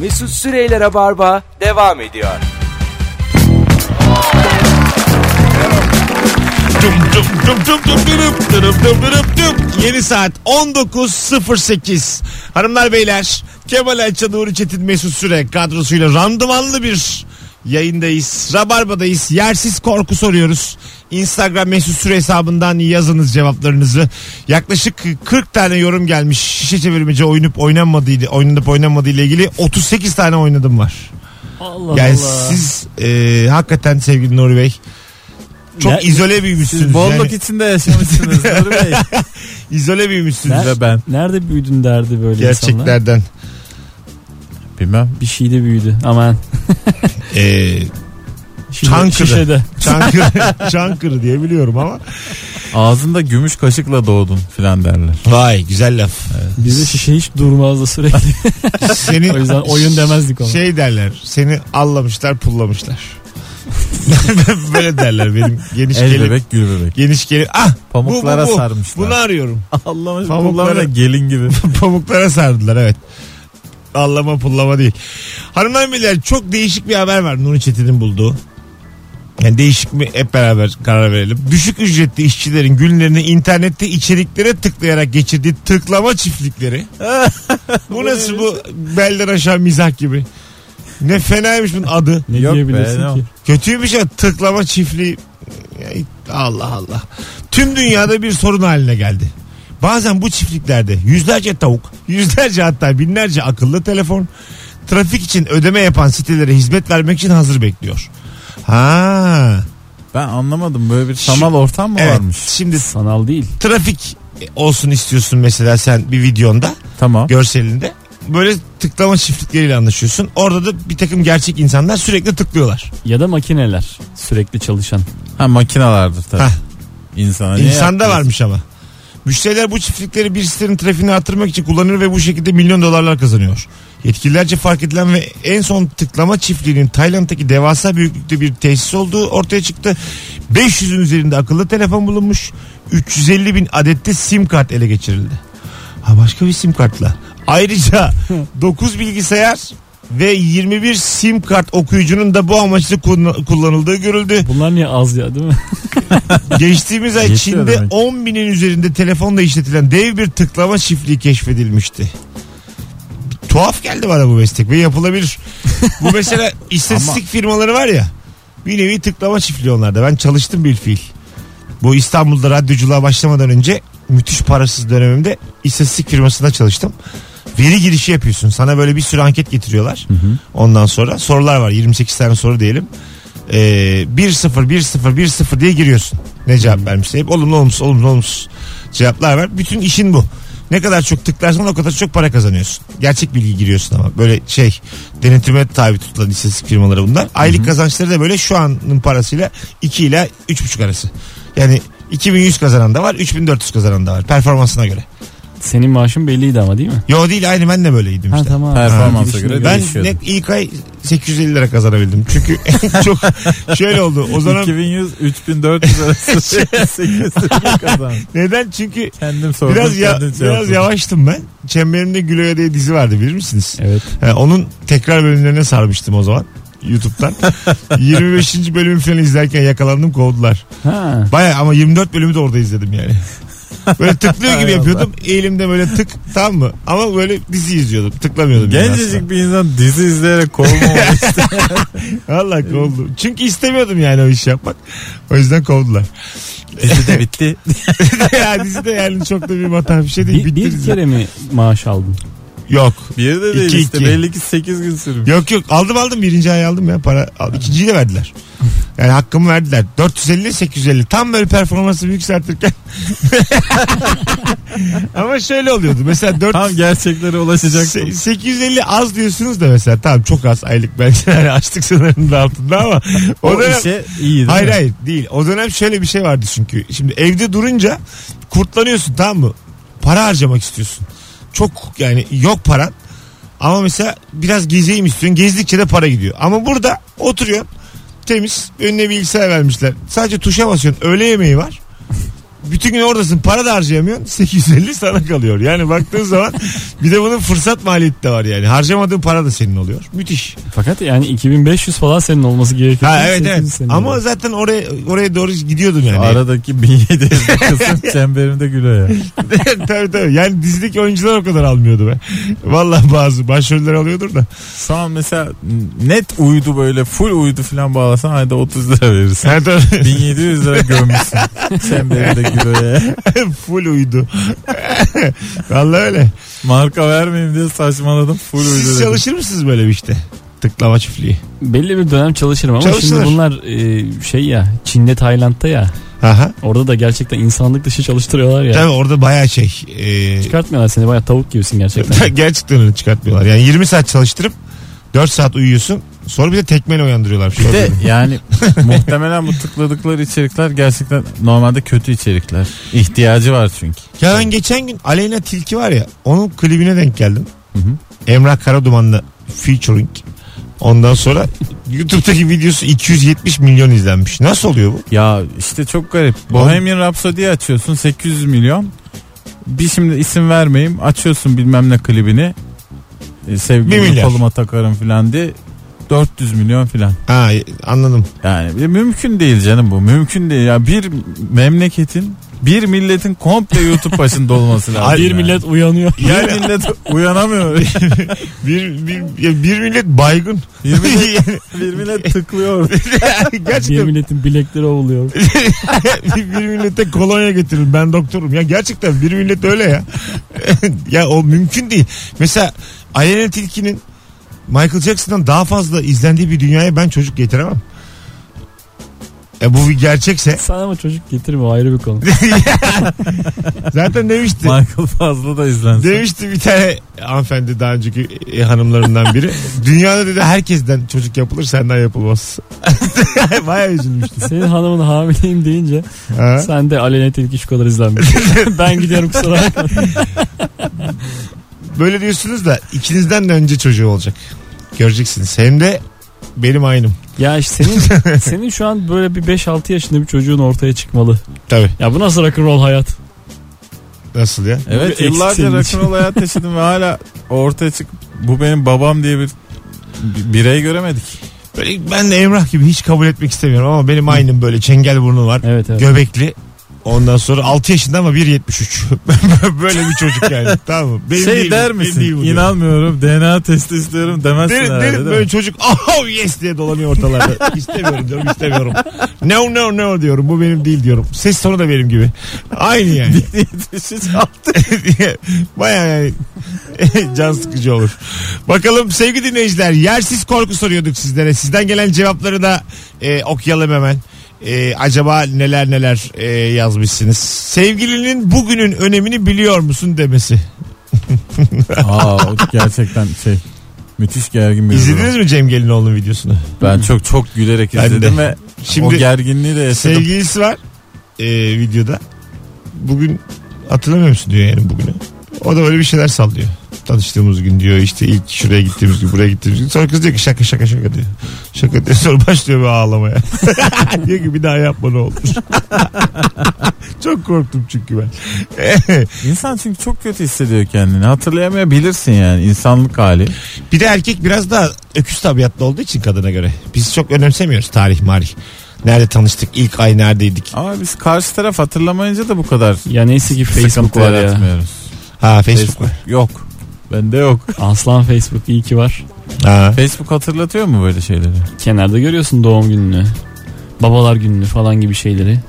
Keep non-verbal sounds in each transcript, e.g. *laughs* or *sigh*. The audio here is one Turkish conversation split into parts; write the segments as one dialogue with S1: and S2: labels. S1: Mesut Süreyler'e barba devam ediyor.
S2: Dum dum dum dum dum dum dum dum dum dum. Yeni saat 19.08. Hanımlar beyler Kemal Ayça Nuri Çetin Mesut Süre kadrosuyla randımanlı bir yayındayız. Rabarba'dayız. Yersiz korku soruyoruz. Instagram Mesut Süre hesabından yazınız cevaplarınızı. Yaklaşık 40 tane yorum gelmiş. Şişe çevirmece oynup oynanmadığı, oynanıp oynanmadığı ile ilgili 38 tane oynadım var.
S3: Allah
S2: Yani
S3: Allah.
S2: siz e, hakikaten sevgili Nuri Bey çok
S3: Ya-
S2: izole büyümüşsünüz.
S4: Siz bolluk
S2: yani. *laughs*
S4: içinde yaşamışsınız Nuri Bey.
S2: İzole büyümüşsünüz.
S3: Ner-
S4: Ve ben.
S3: Nerede büyüdün derdi böyle insanlar.
S2: Gerçeklerden.
S4: Bilmem.
S3: Bir şeyde büyüdü. Aman.
S2: Ee,
S3: Şişe-
S2: Çankırı.
S3: Şişede.
S2: Çankırı, *laughs* Çankırı diye biliyorum ama.
S4: Ağzında gümüş kaşıkla doğdun filan derler.
S2: Vay güzel laf.
S3: Bize şişe hiç
S2: *laughs*
S3: durmazdı sürekli.
S2: Senin,
S3: o yüzden oyun demezdik ona.
S2: Şey derler seni allamışlar pullamışlar. *laughs* Böyle derler benim geniş
S4: El
S2: gelin.
S4: bebek gül bebek.
S2: Geniş gelin. Ah
S4: Pamuklara
S2: bu, bu, bu.
S4: sarmışlar.
S2: bunu arıyorum.
S4: Allah'ım
S2: Pamuklara-
S4: pamuklara gelin gibi.
S2: *laughs* Pamuklara sardılar evet. Allama pullama değil. Hanımlar beyler çok değişik bir haber var Nuri Çetin'in bulduğu. Yani değişik mi hep beraber karar verelim. Düşük ücretli işçilerin günlerini internette içeriklere tıklayarak geçirdiği tıklama çiftlikleri. bu nasıl bu belden aşağı mizah gibi. Ne fenaymış bunun adı.
S3: Ne
S4: Yok be,
S3: diyebilirsin
S4: ne
S3: ki?
S2: Kötüymüş ya tıklama çiftliği. Ya, Allah Allah. Tüm dünyada bir sorun haline geldi. Bazen bu çiftliklerde yüzlerce tavuk, yüzlerce hatta binlerce akıllı telefon trafik için ödeme yapan sitelere hizmet vermek için hazır bekliyor. Ha,
S4: Ben anlamadım böyle bir sanal ortam mı
S2: evet.
S4: varmış?
S2: Şimdi
S3: Sanal değil.
S2: trafik olsun istiyorsun mesela sen bir videonda,
S4: Tamam.
S2: görselinde. Böyle tıklama çiftlikleriyle anlaşıyorsun. Orada da bir takım gerçek insanlar sürekli tıklıyorlar.
S3: Ya da makineler sürekli çalışan.
S4: Ha makinalardır tabii.
S2: Heh.
S4: İnsana niye
S2: İnsanda
S4: yapmıyorsun?
S2: varmış ama. Müşteriler bu çiftlikleri bir sitenin trafiğini artırmak için kullanır ve bu şekilde milyon dolarlar kazanıyor. Yetkililerce fark edilen ve en son tıklama çiftliğinin Tayland'daki devasa büyüklükte bir tesis olduğu ortaya çıktı. 500'ün üzerinde akıllı telefon bulunmuş. 350 bin adette sim kart ele geçirildi. Ha başka bir sim kartla. Ayrıca 9 bilgisayar ve 21 sim kart okuyucunun da bu amaçla kullan- kullanıldığı görüldü.
S3: Bunlar niye az ya değil mi?
S2: Geçtiğimiz ay
S4: Yetiyor
S2: Çin'de
S4: demek.
S2: 10 binin üzerinde telefonla işletilen dev bir tıklama çiftliği keşfedilmişti. Tuhaf geldi bana bu meslek ve yapılabilir. Bu mesela istatistik firmaları var ya bir nevi tıklama çiftliği onlarda. Ben çalıştım bir fiil. Bu İstanbul'da radyoculuğa başlamadan önce müthiş parasız dönemimde istatistik firmasında çalıştım. Veri girişi yapıyorsun. Sana böyle bir sürü anket getiriyorlar. Ondan sonra sorular var. 28 tane soru diyelim. Ee, 1-0, 1-0, 1-0 diye giriyorsun. Ne cevap vermişse hep olumlu olumsuz, olumlu olumsuz cevaplar var. Bütün işin bu. Ne kadar çok tıklarsan o kadar çok para kazanıyorsun. Gerçek bilgi giriyorsun ama böyle şey denetime tabi tutulan istatistik firmaları bunlar. Aylık kazançları da böyle şu anın parasıyla 2 ile 3,5 arası. Yani 2100 kazanan da var, 3400 kazanan da var performansına göre.
S3: Senin maaşın belliydi ama değil mi?
S2: Yo değil aynı ben de böyleydim işte.
S3: tamam.
S4: Performansa
S3: Gidişine
S4: göre
S3: göre.
S2: Ben
S4: değişiyordu.
S2: ne, ilk ay 850 lira kazanabildim. Çünkü çok şöyle oldu. O zaman
S4: 2100
S2: *laughs*
S4: 3400 arası 800 kazan.
S2: neden? Çünkü
S4: Kendim sordum.
S2: biraz ya,
S4: kendim
S2: biraz
S3: şey
S4: cevapladım.
S2: yavaştım ben. Çemberimde Güloya diye dizi vardı bilir misiniz?
S3: Evet.
S2: Ha, onun tekrar bölümlerine sarmıştım o zaman.
S3: *laughs*
S2: YouTube'dan. 25. bölümü falan izlerken yakalandım kovdular.
S3: Ha.
S2: Baya ama 24 bölümü de orada izledim
S3: *laughs*
S2: yani. Böyle tıklıyor gibi yapıyordum. Elimde böyle tık tamam mı? Ama böyle dizi izliyordum. Tıklamıyordum. yani aslında.
S4: Gencecik bir insan dizi
S2: *laughs*
S4: izleyerek kovmamış.
S2: Valla kovdum. Çünkü istemiyordum yani o işi yapmak. O yüzden
S3: *laughs*
S2: kovdular.
S4: dizi de bitti.
S2: ya dizi de yani çok da bir hata bir şey değil.
S3: Bir,
S2: Bitti
S3: bir
S2: dizi.
S3: kere mi maaş aldın?
S2: Yok.
S4: Bir de değil
S2: İki,
S4: işte
S2: iki.
S4: belli ki 8 gün sürmüş.
S2: Yok yok aldım aldım birinci ay aldım ya para. Al- İkinciyi de verdiler. Yani hakkımı verdiler. 450 850 tam böyle performansımı yükseltirken. *laughs* Ama şöyle oluyordu. Mesela 4
S4: Tam gerçeklere ulaşacaksın.
S2: Se- 850 az diyorsunuz da mesela tamam çok az aylık bence *laughs* yani açlık sınırının altında ama o,
S4: o
S2: dönem
S4: işe iyi değil
S2: hayır
S4: mi?
S2: hayır değil o dönem şöyle bir şey vardı çünkü şimdi evde durunca kurtlanıyorsun tamam mı para harcamak istiyorsun çok yani yok paran ama mesela biraz gezeyim istiyorsun gezdikçe de para gidiyor ama burada oturuyorsun temiz önüne bilgisayar vermişler sadece tuşa basıyorsun öğle yemeği var bütün gün oradasın para da harcayamıyorsun *laughs* 850 sana kalıyor. Yani baktığın zaman bir de bunun fırsat maliyeti de var yani. Harcamadığın para da senin oluyor. Müthiş.
S3: Fakat yani 2500 falan senin olması gerekiyor.
S2: Ha evet
S3: Senin-
S2: evet.
S3: senin-
S2: Ama zaten oraya oraya doğru gidiyordum yani.
S4: Aradaki 1700
S2: *laughs*
S4: kısım çemberimde gülüyor ya.
S2: tabii tabii. Yani dizideki oyuncular o kadar almıyordu be. Vallahi bazı başroller alıyordur
S4: *laughs*
S2: da.
S4: Şu an mesela net uydu böyle full uydu falan bağlasan ayda 30
S2: *laughs*
S4: lira verirsin.
S2: Yani tabii
S4: 1700 lira
S2: *laughs*
S4: gömmüşsün. çemberimde gülüyor ya.
S2: full uydu. *laughs* Vallahi öyle.
S4: Marka vermeyeyim diye saçmaladım. Full uydu
S2: Siz
S4: dedim.
S2: çalışır mısınız böyle bir işte? Tıklama çiftliği.
S3: Belli bir dönem çalışırım ama
S2: Çalışılır.
S3: şimdi bunlar e, şey ya Çin'de Tayland'da ya
S2: Aha.
S3: orada da gerçekten insanlık dışı çalıştırıyorlar ya.
S2: Tabii orada bayağı şey. e,
S3: Çıkartmıyorlar seni bayağı tavuk gibisin
S2: *laughs*
S3: gerçekten.
S2: gerçekten öyle çıkartmıyorlar. Yani 20 saat çalıştırıp 4 saat uyuyorsun. Sonra bir de tekmeyle uyandırıyorlar.
S4: Bir de yani muhtemelen bu tıkladıkları içerikler gerçekten normalde kötü içerikler. İhtiyacı var çünkü.
S2: Ya ben geçen gün Aleyna Tilki var ya onun klibine denk geldim.
S4: Hı hı.
S2: Emrah Karaduman'la featuring. Ondan
S4: *laughs*
S2: sonra YouTube'daki videosu 270 milyon izlenmiş. Nasıl oluyor bu?
S4: Ya işte çok garip. Bohemian Rhapsody'yi açıyorsun 800 milyon. Bir şimdi isim vermeyeyim. Açıyorsun bilmem ne klibini. E,
S2: Bir
S4: sevgilimi
S2: milyar.
S4: koluma takarım filan diye. 400 milyon filan.
S2: Ha anladım.
S4: Yani bir mümkün değil canım bu. Mümkün değil. Ya bir memleketin bir milletin komple YouTube başında olması lazım.
S3: bir
S4: yani.
S3: millet uyanıyor.
S4: bir millet
S2: *laughs*
S4: uyanamıyor.
S2: Bir, bir, ya bir millet baygın.
S4: Bir millet,
S2: *laughs*
S4: bir millet tıklıyor.
S3: *laughs* bir
S2: gerçekten
S3: milletin bilekleri ovuluyor.
S2: *laughs* bir millete kolonya getirin ben doktorum. Ya gerçekten bir millet öyle ya. *laughs* ya o mümkün değil. Mesela Aleyna Tilki'nin Michael Jackson'dan daha fazla izlendiği bir dünyaya ben çocuk getiremem. E bu bir gerçekse
S3: Sen ama çocuk getirme o ayrı bir
S2: *laughs*
S3: konu.
S2: zaten
S4: *laughs*
S2: demişti.
S4: Michael Fazla da izlensin.
S2: Demişti bir tane hanımefendi daha önceki e, hanımlarından biri. Dünyada dedi herkesten çocuk yapılır senden yapılmaz. Baya üzülmüştüm.
S3: Senin hanımın hamileyim deyince
S2: Ha?
S3: sen de alene tilki şu
S2: *laughs*
S3: kadar izlenmiş. ben gidiyorum kusura bakma.
S2: Böyle diyorsunuz da ikinizden de önce çocuğu olacak. Göreceksiniz. Hem de benim aynım.
S3: Ya
S2: *laughs*
S3: işte senin, senin şu an böyle bir 5-6 yaşında bir çocuğun ortaya çıkmalı.
S2: Tabii.
S3: Ya bu nasıl rock'n'roll hayat?
S2: Nasıl ya?
S4: Evet
S3: Eksik
S4: yıllarca
S3: senin için.
S4: rock'n'roll hayat yaşadım ve hala ortaya çıkıp bu benim babam diye bir bir- birey göremedik.
S2: Böyle ben de Emrah gibi hiç kabul etmek istemiyorum ama benim aynım böyle çengel burnu var.
S3: Evet evet.
S2: Göbekli. Ondan sonra 6 yaşında ama 1.73. *laughs* böyle bir çocuk yani. tamam mı? Benim
S4: şey
S2: değil,
S4: der
S2: benim
S4: misin?
S2: değil bu diyor.
S4: İnanmıyorum DNA testi istiyorum demezsin
S2: Derim,
S4: herhalde
S2: derim
S4: değil
S2: böyle
S4: mi?
S2: çocuk oh yes diye dolanıyor
S4: *laughs*
S2: ortalarda. istemiyorum diyorum istemiyorum. No no no diyorum bu benim değil diyorum. Ses tonu da benim gibi. Aynı
S4: *laughs*
S2: yani. *laughs* Baya yani *laughs* can sıkıcı olur. Bakalım sevgili dinleyiciler yersiz korku soruyorduk sizlere. Sizden gelen cevapları da e, okuyalım hemen. E, acaba neler neler e, yazmışsınız. Sevgilinin bugünün önemini biliyor musun demesi.
S4: Aa, o gerçekten şey müthiş gergin bir
S2: *laughs* İzlediniz mi Cem Gelinoğlu'nun videosunu?
S4: Ben çok çok gülerek
S2: Ben de.
S4: izledim ve o gerginliği de yaşadım.
S2: Sevgilisi var e, videoda. Bugün hatırlamıyor musun diyor yani bugünü. O da böyle bir şeyler sallıyor. Tanıştığımız gün diyor işte ilk şuraya gittiğimiz gün buraya gittiğimiz gün. Sonra kız diyor ki şaka şaka şaka diyor. Şaka diyor sonra başlıyor böyle ağlamaya. *laughs* diyor ki bir daha yapma ne olur. *laughs* Çok korktum çünkü ben.
S4: İnsan çünkü çok kötü hissediyor kendini. Hatırlayamayabilirsin yani insanlık hali.
S2: bir de erkek biraz daha öküz tabiatlı olduğu için kadına göre. Biz çok önemsemiyoruz tarih marih. Nerede tanıştık ilk ay neredeydik.
S4: Ama biz karşı taraf hatırlamayınca da bu kadar
S3: Ya neyse ki Facebook
S4: sıkıntı
S3: var ya.
S4: yaratmıyoruz.
S2: Ha Facebook,
S4: Facebook
S2: var.
S4: yok. Bende yok.
S3: Aslan Facebook iyi ki var.
S2: Ha.
S4: Facebook hatırlatıyor mu böyle şeyleri? *laughs*
S3: Kenarda görüyorsun doğum gününü. Babalar gününü falan gibi şeyleri.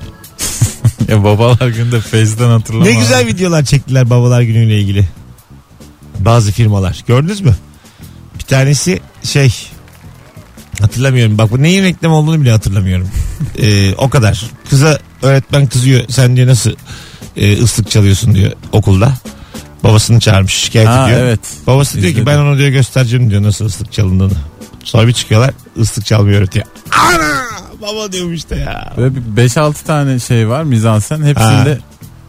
S4: ya babalar günde Face'den hatırlama.
S2: Ne güzel videolar çektiler babalar günüyle ilgili. Bazı firmalar. Gördünüz mü? Bir tanesi şey hatırlamıyorum. Bak bu neyin reklam olduğunu bile hatırlamıyorum.
S4: *laughs*
S2: Ee, o kadar. Kıza öğretmen kızıyor. Sen diyor nasıl e, ıslık çalıyorsun diyor okulda. Babasını çağırmış şikayet
S4: Ha,
S2: ediyor.
S4: evet.
S2: Babası diyor ki
S4: İzledim.
S2: ben onu diyor göstereceğim diyor nasıl ıslık çalındığını. Sonra bir çıkıyorlar ıslık çalmayı öğretiyor. Ana baba diyorum işte ya.
S4: Böyle bir 5-6 tane şey var mizansen. Hepsinde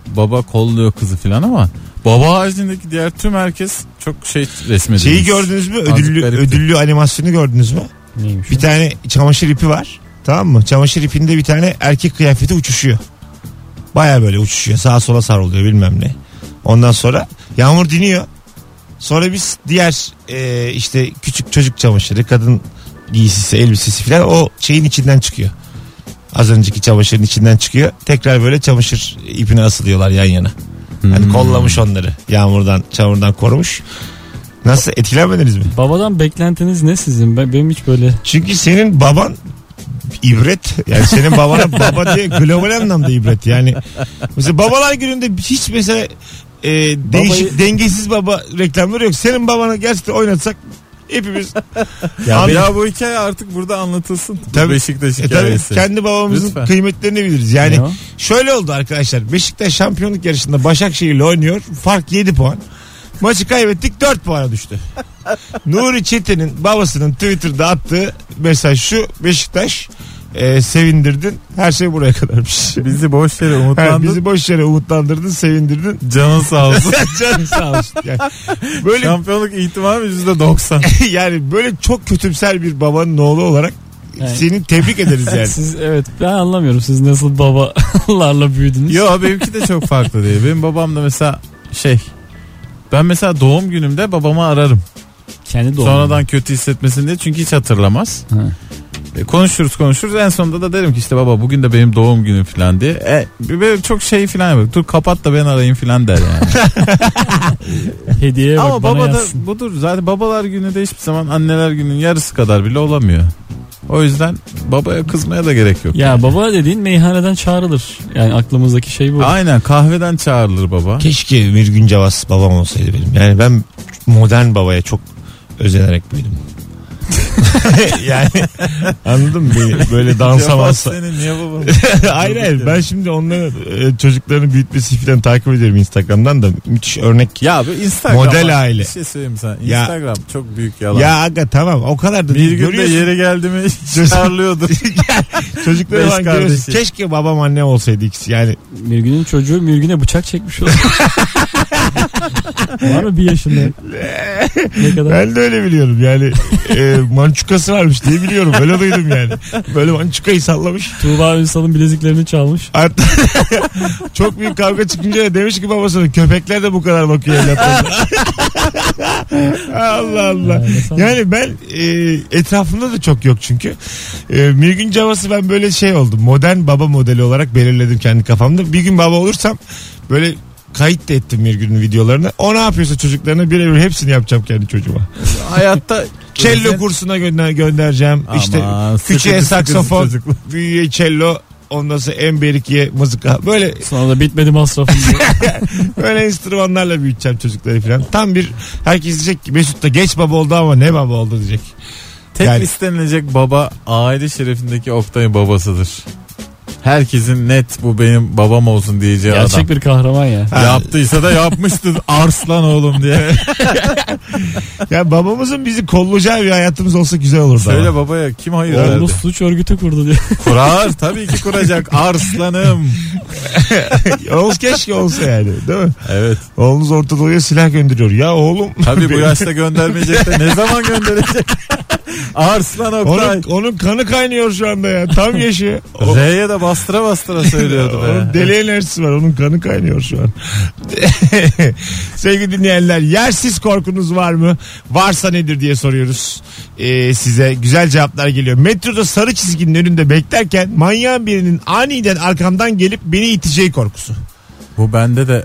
S4: baba kolluyor kızı falan ama baba haricindeki diğer tüm herkes çok şey resmedilmiş.
S2: Şeyi gördünüz mü?
S4: Azıcık
S2: Ödüllü,
S4: garipti.
S2: ödüllü animasyonu gördünüz mü?
S3: Neymiş?
S2: Bir tane çamaşır ipi var. Tamam mı? Çamaşır ipinde bir tane erkek kıyafeti uçuşuyor. Baya böyle uçuşuyor. Sağa sola sarılıyor bilmem ne. Ondan sonra yağmur diniyor. Sonra biz diğer e, işte küçük çocuk çamaşırı, kadın giysisi, elbisesi falan o şeyin içinden çıkıyor. Az önceki çamaşırın içinden çıkıyor. Tekrar böyle çamaşır ipine asılıyorlar yan yana. Hani kollamış onları. Yağmurdan, çamurdan korumuş. Nasıl etkilenmediniz mi?
S3: Babadan beklentiniz ne sizin? Ben, benim hiç böyle
S2: Çünkü senin baban ibret. Yani senin babana baba diye global anlamda ibret. Yani mesela babalar gününde hiç mesela e, değişik
S3: Babayı-
S2: dengesiz baba reklamları yok. Senin babana gerçekten oynatsak hepimiz
S4: Ya
S2: Abi-
S4: biraz bu hikaye artık burada anlatılsın. Bu
S2: Tabii.
S4: Beşiktaş
S2: E tabii
S4: hikayesi.
S2: kendi babamızın
S4: Lütfen.
S2: kıymetlerini biliriz. Yani
S3: Ya.
S2: şöyle oldu arkadaşlar. Beşiktaş şampiyonluk yarışında Başakşehir'le oynuyor. Fark 7 puan. Maçı kaybettik 4 puana düştü. Nuri Çetin'in babasının Twitter'da attığı mesaj şu. Beşiktaş e, sevindirdin. Her şey buraya kadarmış.
S4: Bizi boş yere
S2: *laughs* Ha,
S4: umutlandın.
S2: bizi boş yere umutlandırdın, sevindirdin.
S4: Canın
S3: *laughs*
S4: sağ olsun.
S2: Canın sağ olsun. *laughs* Yani böyle
S4: Şampiyonluk ihtimali
S3: *laughs*
S4: %90.
S2: *laughs* yani böyle çok kötümser bir babanın oğlu olarak
S3: Yani.
S2: seni tebrik ederiz
S3: *laughs*
S2: yani.
S3: siz evet ben anlamıyorum siz nasıl babalarla büyüdünüz.
S4: Yo benimki de çok farklı değil. Benim babam da mesela şey ben mesela doğum günümde babamı ararım.
S3: Kendi doğumlu.
S4: Sonradan kötü hissetmesin diye çünkü hiç hatırlamaz.
S3: Ha.
S4: E, konuşuruz konuşuruz en sonunda da derim ki işte baba bugün de benim doğum günüm falan diye. E, böyle çok şey falan yapar. Dur kapat da ben arayayım falan der yani.
S3: *laughs* Hediyeye Şey bak
S4: Ama
S3: bana
S4: baba da
S3: yazsın.
S4: budur. Zaten babalar günü de hiçbir zaman anneler günün yarısı kadar bile olamıyor. O yüzden babaya kızmaya da gerek yok.
S3: Ya baba dediğin meyhaneden çağrılır. Yani aklımızdaki şey bu.
S4: Aynen kahveden çağrılır baba.
S2: Keşke bir gün Cavas babam olsaydı benim. Yani ben modern babaya çok özenerek büyüdüm. *laughs* yani anladın mı? Beni Böyle dansa
S4: Cevap
S2: mansa.
S4: senin, niye baba?
S2: *laughs* hayır hayır ben şimdi onların e, çocuklarını büyütmesi falan takip ediyorum Instagram'dan da müthiş örnek.
S4: *laughs* Ya bu Instagram.
S2: Model
S4: bak,
S2: aile.
S4: Bir şey söyleyeyim sana.
S2: Ya-
S4: Instagram çok büyük yalan.
S2: Ya aga tamam o kadar da
S4: bir
S2: değil.
S4: gün de
S2: Görüyorsun
S4: yere geldi *laughs* mi
S2: Çocuk-
S4: *laughs* çağırlıyordu.
S2: çocukları
S4: beş
S2: falan görüyorsun.
S4: kardeşi.
S2: Keşke babam annem olsaydı ikisi yani.
S3: Mürgün'ün çocuğu Mürgün'e bıçak çekmiş
S4: *laughs*
S3: olur. Var mı bir yaşında? ne kadar?
S2: Ben de öyle biliyorum yani *laughs* e, mançukası varmış diye biliyorum öyle duydum yani. Böyle mançukayı sallamış.
S3: Tuğba Ünsal'ın bileziklerini çalmış.
S2: Hatta *laughs* çok büyük kavga çıkınca da demiş ki babasına köpekler de bu kadar bakıyor evlatlarına. *laughs* Allah Allah.
S3: Yani sen-
S2: Yani ben e, etrafımda da çok yok çünkü. E, bir gün cavası ben böyle şey oldum. Modern baba modeli olarak belirledim kendi kafamda. Bir gün baba olursam böyle kayıt da ettim bir günün videolarını. O ne yapıyorsa çocuklarına birebir hepsini yapacağım kendi çocuğuma.
S4: Hayatta
S2: Cello kursuna gönder göndereceğim.
S4: Aman,
S2: işte
S4: sıkıntı,
S2: küçüğe
S4: sıkıntı
S2: saksafon,
S4: çocuklar.
S2: büyüğe cello, ondan sonra en berikiye mızıka. Böyle
S3: Sonra da bitmedi *laughs* masrafım. diye.
S2: Böyle enstrümanlarla büyüteceğim çocukları falan. Tam bir herkes diyecek ki Mesut da geç baba oldu ama ne baba oldu diyecek.
S4: Tek
S2: Yani-
S4: istenilecek baba aile şerefindeki Oktay'ın babasıdır. Herkesin net bu benim babam olsun diyeceği
S3: Gerçek
S4: adam.
S3: bir kahraman ya.
S4: Yaptıysa da *laughs* yapmıştır arslan oğlum diye.
S2: Ya babamızın bizi kollayacağı bir hayatımız olsa güzel olurdu *laughs*
S4: Söyle
S2: ama.
S4: babaya kim hayır
S3: Oğlu
S4: verdi?
S3: suç örgütü kurdu diye.
S4: Kurar tabii ki kuracak arslanım.
S2: Oğuz keşke olsa yani değil mi?
S4: Evet
S2: Oğlunuz Orta Doğu'ya silah gönderiyor. Ya oğlum.
S4: tabii bu
S2: benim-
S4: yaşta göndermeyecek de ne zaman *laughs* gönderecek? Arslan Oktay.
S2: Onun, onun kanı kaynıyor şu anda ya. Tam
S4: *laughs*
S2: yaşı. O,
S4: R'ye de bastıra bastıra söylüyordu
S2: onun
S4: be.
S2: deli enerjisi var. Onun kanı kaynıyor şu an. *laughs* Sevgili dinleyenler yersiz korkunuz var mı? Varsa nedir diye soruyoruz. Ee, size güzel cevaplar geliyor. Metroda sarı çizginin önünde beklerken manyağın birinin aniden arkamdan gelip beni iteceği korkusu.
S4: Bu bende de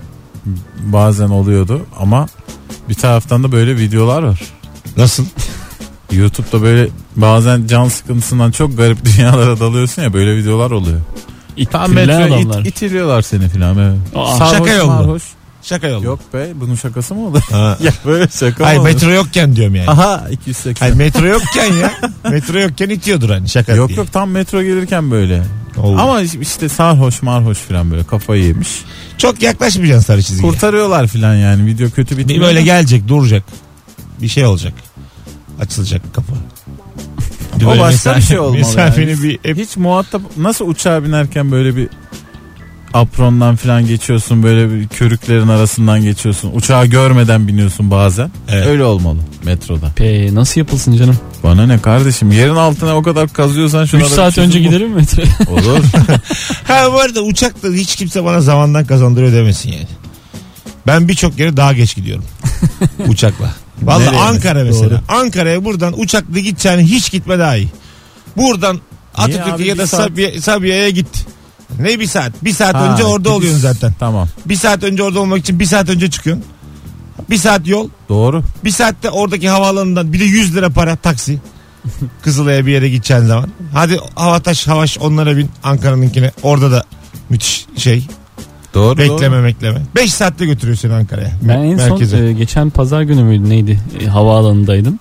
S4: bazen oluyordu ama bir taraftan da böyle videolar var.
S2: Nasıl?
S4: YouTube'da böyle bazen can sıkıntısından çok garip *laughs* dünyalara dalıyorsun ya böyle videolar oluyor. Tam
S3: İttirilen
S4: metroya
S3: adamlar.
S4: it, itiliyorlar seni filan. Evet.
S3: Aa,
S4: Sarhoş,
S2: şaka yolu.
S4: marhoş.
S2: Şaka yolu.
S4: Yok be bunun şakası mı olur?
S2: Ha.
S4: ya *laughs* Ah. böyle şaka
S2: Hayır
S4: mı olur?
S2: metro yokken diyorum yani.
S4: Aha 280.
S2: Hayır metro yokken
S4: *laughs*
S2: ya. metro yokken itiyordur hani şaka
S4: yok
S2: diye.
S4: yok tam metro gelirken böyle.
S2: Oldu.
S4: Ama işte sarhoş marhoş filan böyle kafayı yemiş.
S2: Çok yaklaşmayacaksın sarı çizgiye.
S4: Kurtarıyorlar filan yani video kötü
S2: Bir
S4: bitmiyor.
S2: böyle
S4: da.
S2: gelecek duracak. Bir şey olacak. Açılacak kapı. Bir
S4: O
S2: böyle
S4: başka bir
S2: mesafe-
S4: şey olmalı
S2: Mesafeni
S4: yani.
S2: bir
S4: Hiç muhatap nasıl uçağa binerken böyle bir aprondan falan geçiyorsun böyle bir körüklerin arasından geçiyorsun. Uçağı görmeden biniyorsun bazen.
S2: Evet.
S4: Öyle olmalı metroda.
S3: Pe nasıl yapılsın canım?
S4: Bana ne kardeşim yerin altına o kadar kazıyorsan şuna
S3: 3
S4: da bir
S3: saat
S4: çözüm
S3: önce
S4: bul.
S3: gidelim mi metroya?
S4: Olur.
S2: Ha bu arada uçakla hiç kimse bana zamandan kazandırıyor demesin yani. Ben birçok yere daha geç
S4: *laughs*
S2: gidiyorum. uçakla. Vallahi
S4: Nereye
S2: Ankara
S4: mesela?
S2: mesela. Ankara'ya buradan uçakla gideceğine hiç gitme daha iyi. Buradan Atatürk'e
S4: abi?
S2: ya
S4: Bir
S2: da
S4: saat.
S2: Sabiha- Sabiha'ya git. Ne bir saat? Bir saat
S4: Ha,
S2: önce orada
S4: biz-
S2: oluyorsun zaten.
S4: tamam
S2: Bir saat önce orada olmak için bir saat önce çıkıyorsun. Bir saat yol.
S4: doğru.
S2: Bir saatte oradaki havaalanından bir de 100 lira para
S3: *laughs*
S2: taksi. Kızılay'a bir yere gideceğin zaman. Hadi Havataş Havaş onlara bin Ankara'nınkine. Orada da müthiş şey.
S4: Doğru.
S2: Bekleme bekleme. 5 saatte götürüyor seni Ankara'ya.
S3: *laughs* Ben en son
S2: merkeze.
S3: e, geçen pazar günü müydü neydi? E, havaalanındaydım.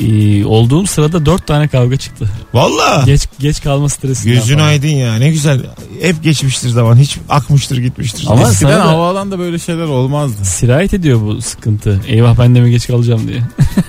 S3: E, olduğum sırada 4 tane
S2: *laughs*
S3: kavga çıktı.
S2: Valla.
S3: Geç geç kalma stresinden.
S2: Gözün
S3: falan.
S2: aydın ya ne güzel. Hep geçmiştir zaman. Hiç akmıştır gitmiştir.
S3: Ama
S4: Doğru. Eskiden
S3: sana da-
S4: havaalanında böyle şeyler olmazdı.
S3: Sirayet ediyor bu sıkıntı. Eyvah ben de mi geç
S2: *laughs*
S3: kalacağım diye.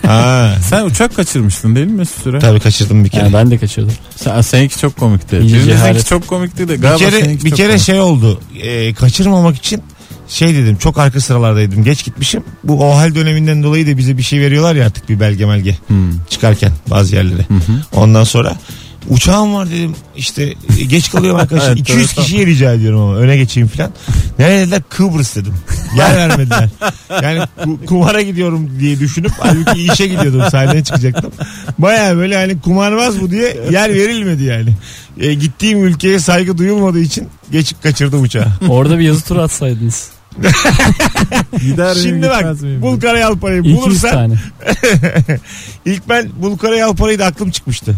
S2: ha.
S4: Sen uçak kaçırmıştın değil mi Mesut Süre?
S2: Tabii kaçırdım bir kere.
S3: Yani ben de kaçıyordum.
S4: Sen, seninki çok komikti.
S3: İyi
S4: Birinizinki
S3: cehalet.
S4: çok komikti de
S2: bir
S4: galiba
S2: kere,
S4: seninki
S2: bir
S4: çok
S2: kere
S4: komik.
S2: şey oldu. Ee, kaçırmamak için şey dedim çok arka sıralardaydım geç gitmişim. Bu OHAL döneminden dolayı da bize bir şey veriyorlar ya artık bir belge melge
S4: Hmm.
S2: çıkarken bazı yerlere.
S4: hı.
S2: Ondan sonra uçağım var dedim işte e, geç kalıyorum arkadaşlar
S4: *laughs* Evet,
S2: 200
S4: doğru.
S2: kişiye rica ediyorum ama öne geçeyim falan. Ne dediler Kıbrıs dedim. Yer vermediler. Yani ku- kumara gidiyorum diye düşünüp halbuki işe gidiyordum sahneye çıkacaktım. Baya böyle hani kumarbaz bu diye yer verilmedi yani. E, gittiğim ülkeye saygı duyulmadığı için geçip kaçırdım uçağı.
S3: Orada bir yazı tur
S2: *laughs*
S3: atsaydınız.
S4: Gider miyim,
S2: Şimdi bak
S4: gitmez miyim?
S2: bul Karayalpara'yı
S3: 200
S2: bulursan
S3: tane.
S2: İlk ben Bulkara Yalpara'yı da aklım çıkmıştı.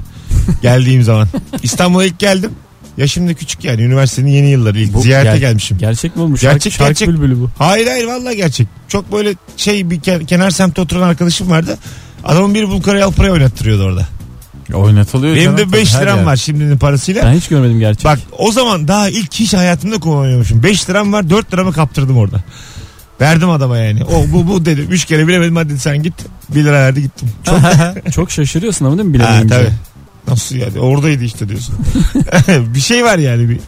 S2: Geldiğim zaman. İstanbul'a ilk geldim. Yaşım da küçük yani. Üniversitenin yeni yılları ilk.
S3: Bu-
S2: ziyarete
S3: ger-
S2: gelmişim.
S3: Gerçek mi olmuş?
S2: Gerçek,
S3: şarkı, şarkı
S2: gerçek.
S3: bülbülü bu.
S2: Hayır hayır vallahi gerçek. Çok böyle şey bir ke- kenar semtte oturan arkadaşım vardı. Adamın biri Bulkara Yalpara'yı oynattırıyordu orada.
S4: Oynatılıyor
S2: Benim
S4: canım
S2: de
S4: tabii,
S2: 5
S4: her
S2: liram
S4: yer.
S2: var şimdinin parasıyla.
S3: Ben hiç görmedim gerçek.
S2: Bak o zaman daha ilk hiç hayatımda kullanıyormuşum. 5 liram var 4 liramı kaptırdım orada. Verdim adama yani. O bu bu dedi. 3 kere bilemedim hadi sen git. 1 lira verdi gittim.
S3: Çok şaşırıyorsun ama değil mi
S2: Ha,
S3: bilemeyince?
S2: tabii. Nasıl yani? Oradaydı işte diyorsun. *laughs* bir şey var yani bir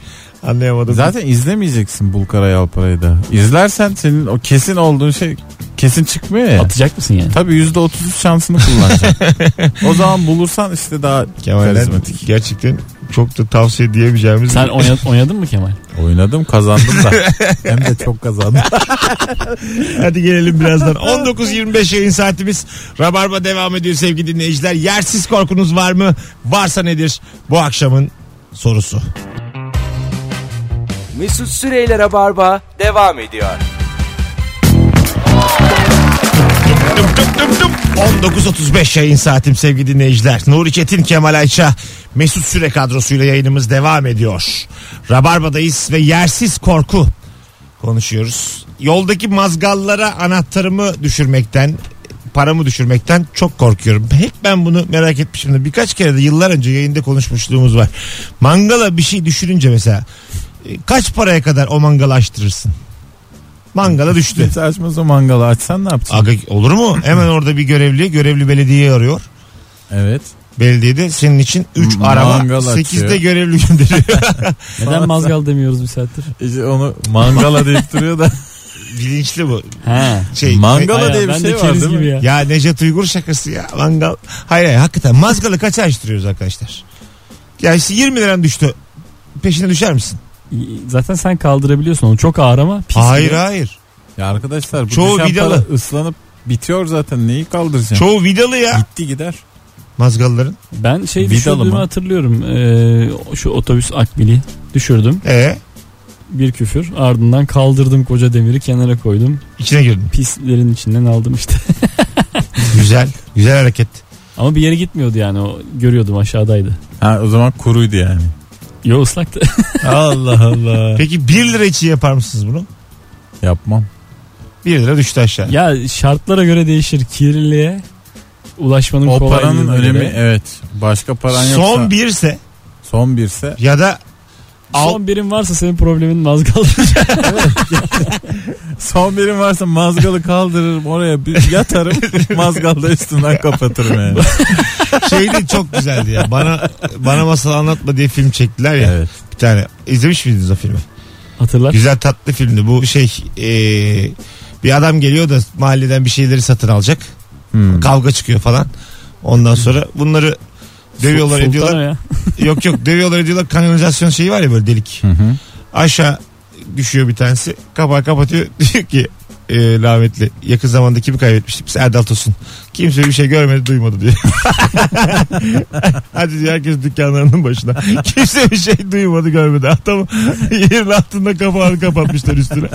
S2: anlayamadım.
S4: Zaten izlemeyeceksin Bulkara Yalpara'yı da. İzlersen senin o kesin olduğun şey kesin çıkmıyor ya.
S3: Atacak mısın yani?
S4: Tabii %33 şansını kullanacaksın. o zaman bulursan işte daha
S2: Kemal'den
S4: karizmatik.
S2: şey gerçekten çok da tavsiye diyebileceğimiz
S3: Sen
S2: bir-
S3: oyna- oynadın mı
S4: *laughs*
S3: Kemal?
S4: Oynadım
S2: *laughs*
S4: kazandım da. Hem de çok *laughs* kazandım.
S2: Hadi gelelim birazdan. 19.25 yayın saatimiz. Rabarba devam ediyor sevgili dinleyiciler. Yersiz korkunuz var mı? Varsa nedir? Bu akşamın sorusu.
S1: Mesut Süreyler'e barba devam ediyor.
S2: 19.35 yayın saatim sevgili dinleyiciler. Nuri Çetin, Kemal Ayça, Mesut Süre kadrosuyla yayınımız devam ediyor. Rabarba'dayız ve yersiz korku konuşuyoruz. Yoldaki mazgallara anahtarımı düşürmekten, paramı düşürmekten çok korkuyorum. Hep ben bunu merak etmişimdir. Birkaç kere de yıllar önce yayında konuşmuşluğumuz var. Mangala bir şey düşürünce mesela e, kaç paraya kadar o mangalı açtırırsın? Mangala düştü.
S4: Kimse açmaz o mangalı açsan ne yapacaksın?
S2: Aga, olur mu? Hemen orada bir görevli, görevli belediyeyi arıyor.
S4: Evet.
S2: Belediyede senin için 3
S4: M-
S2: araba
S4: mangal
S2: 8'de
S4: açıyor.
S2: görevli gönderiyor. *laughs*
S3: Neden mazgal demiyoruz bir saattir?
S4: İşte onu
S2: *laughs*
S4: mangala deyip duruyor da.
S2: Bilinçli bu.
S3: He.
S2: Şey,
S4: Mangala
S3: Bayağı,
S4: diye bir
S3: ben
S4: şey
S3: de
S4: var
S3: keriz
S4: değil mi?
S3: gibi ya.
S2: Ya Necdet Uygur şakası ya. Mangal. Hayır hayır hakikaten mazgalı kaça açtırıyoruz arkadaşlar? Ya işte 20 liran düştü. Peşine düşer misin?
S3: Zaten sen kaldırabiliyorsun onu. Çok ağır ama pis
S2: hayır
S3: gibi.
S2: hayır.
S4: Ya arkadaşlar bu
S2: Çoğu
S4: düşen para
S2: vidalı.
S4: ıslanıp bitiyor zaten neyi kaldıracaksın?
S2: Çoğu vidalı ya.
S4: Gitti gider.
S2: Mazgalıların.
S3: Ben şey
S4: Vidalı
S3: düşürdüğümü
S4: mı?
S3: hatırlıyorum. Ee, şu otobüs akbili düşürdüm.
S2: E
S3: Bir küfür. Ardından kaldırdım koca demiri kenara koydum.
S2: içine girdin.
S3: Pislerin içinden aldım işte. *laughs*
S2: Güzel. Güzel hareket.
S3: Ama bir yere gitmiyordu yani. O görüyordum aşağıdaydı.
S4: Ha o zaman kuruydu yani.
S3: Yo ıslaktı.
S4: Allah Allah.
S2: Peki 1 lira için yapar mısınız bunu?
S4: Yapmam.
S2: 1 lira düştü aşağı.
S3: *laughs* ya şartlara göre değişir. Kirliliğe ulaşmanın
S4: O
S3: kolaylığına
S4: paranın önemi
S3: göre.
S4: evet. Başka paran yoksa
S2: Son 1 ise
S4: son birse
S2: ya da al,
S3: Son birim varsa senin problemin mazgal.
S4: son birim varsa mazgalı kaldırırım oraya
S3: *laughs*
S4: bir yatarım mazgalda üstünden kapatırım yani.
S2: şey de çok güzeldi ya. Bana bana masal anlatma diye film çektiler ya.
S4: evet.
S2: Bir tane. İzlemiş miydiniz o filmi?
S3: Hatırlar.
S2: Güzel tatlı filmdi. Bu şey e, bir adam geliyor da mahalleden bir şeyleri satın alacak.
S4: Hmm.
S2: Kavga çıkıyor falan. Ondan sonra bunları dövüyorlar
S3: Sultan
S2: ediyorlar.
S3: o ya.
S2: yok yok dövüyorlar ediyorlar. Kanalizasyon şeyi var ya böyle delik.
S4: Hı hı.
S2: Aşağı düşüyor bir tanesi. Kapağı kapatıyor. *laughs* Diyor ki e, rahmetli yakın zamanda kimi kaybetmiştik biz Erdal Tosun. Kimse bir şey görmedi duymadı diyor. *laughs* Hadi diyor herkes dükkanlarının başına. Kimse bir şey duymadı görmedi. Adam *laughs* yerin altında kapağını kapatmışlar üstüne.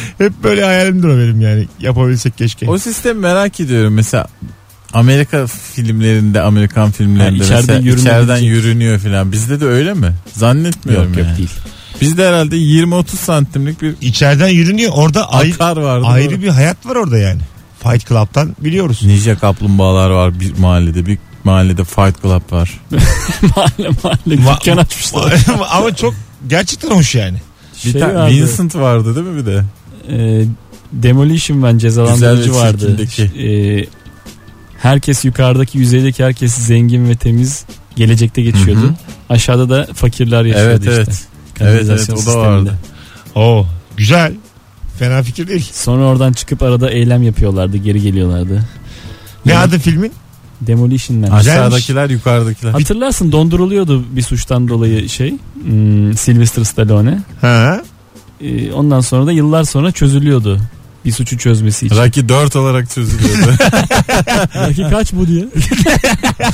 S2: *laughs* Hep böyle hayalimdir o benim yani. Yapabilsek keşke.
S4: O sistemi merak ediyorum. Mesela Amerika filmlerinde, Amerikan filmlerinde
S3: Ha, içeriden
S4: mesela
S3: yürünebilecek.
S4: içeriden yürünüyor filan. Bizde de öyle mi? Zannetmiyorum
S3: Yok yok
S4: yani.
S3: değil. *laughs*
S4: Bizde herhalde 20-30 santimlik bir
S2: İçeriden yürünüyor. Orada ay-
S4: akar vardı.
S2: ayrı bir hayat var orada yani. Fight Club'tan biliyoruz.
S4: *laughs* Ninja kaplumbağalar var bir mahallede. Bir mahallede Fight Club var.
S3: mahalle mahalle
S2: Ma-
S3: dükkan açmışlar.
S2: Ama çok gerçekten hoş yani.
S4: *laughs* Bir
S3: şey
S4: tane
S3: vardı,
S4: Vincent vardı değil mi bir de?
S3: e, Demolition Man
S4: Güzel
S3: cezalandırıcı
S4: ve
S3: vardı.
S4: çirkindeki.
S3: E, herkes yukarıdaki yüzeydeki herkes zengin ve temiz gelecekte geçiyordu.
S4: Hı hı.
S3: Aşağıda da fakirler
S4: Evet
S3: yaşıyordu işte.
S4: evet. Evet
S3: Kanalizasyon
S4: evet o da
S3: sisteminde.
S4: vardı.
S2: Oo güzel. Fena fikir değil.
S3: Sonra oradan çıkıp arada eylem yapıyorlardı geri geliyorlardı.
S2: Ne
S3: Yani
S2: adı filmin?
S3: Demolition Man.
S2: Güzelmiş.
S4: Aşağıdakiler yukarıdakiler.
S3: Hatırlarsın donduruluyordu bir suçtan dolayı şey hmm, Sylvester Stallone.
S2: Ha.
S3: E, ondan sonra da yıllar sonra çözülüyordu bir suçu çözmesi *laughs* için.
S4: Rocky 4 olarak
S3: *laughs*
S4: çözülüyordu.
S3: Belki kaç bu *laughs* diye.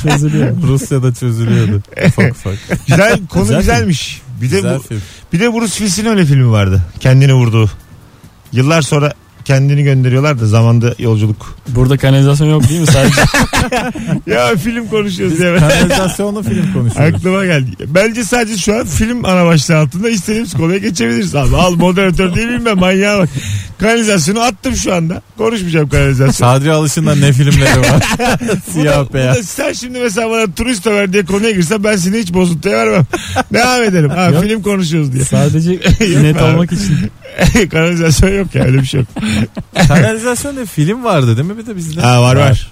S3: Çözülüyor.
S4: Rusya'da çözülüyordu. Ufak ufak.
S2: Güzel konu
S3: Güzel
S2: güzelmiş. Bir de
S4: Güzel
S2: bu,
S4: film.
S2: bir de Bruce Willis'in öyle filmi vardı. Kendini vurduğu. Yıllar sonra kendini gönderiyorlar da zamanda
S3: *laughs*
S2: yolculuk.
S3: Burada kanalizasyon yok değil
S2: *laughs*
S3: mi sadece?
S2: ya film konuşuyoruz
S4: Biz
S2: diye.
S4: *laughs*
S2: ben-
S4: kanalizasyonlu film konuşuyoruz.
S2: Aklıma geldi. Bence sadece şu an film ana başlığı altında istediğimiz konuya geçebiliriz abi. Al moderatör değil miyim ben manyağa bak. Kanalizasyonu attım şu anda. Konuşmayacağım kanalizasyon.
S4: Sadri Alış'ın da ne
S2: *laughs*
S4: filmleri var?
S2: Bu da-
S4: Siyah
S2: bu da
S4: beyaz.
S2: sen şimdi mesela bana turist över diye konuya girsen ben seni hiç bozuntuya
S4: *laughs*
S2: vermem. Devam ederim. Ha,
S3: Yok.
S2: film konuşuyoruz diye. *laughs*
S3: *laughs* Sadece net
S2: abi.
S3: olmak için.
S2: Kanalizasyon yok ya öyle bir şey yok.
S4: Kanalizasyonda film vardı değil mi bir de bizde?
S2: Ha, var, var.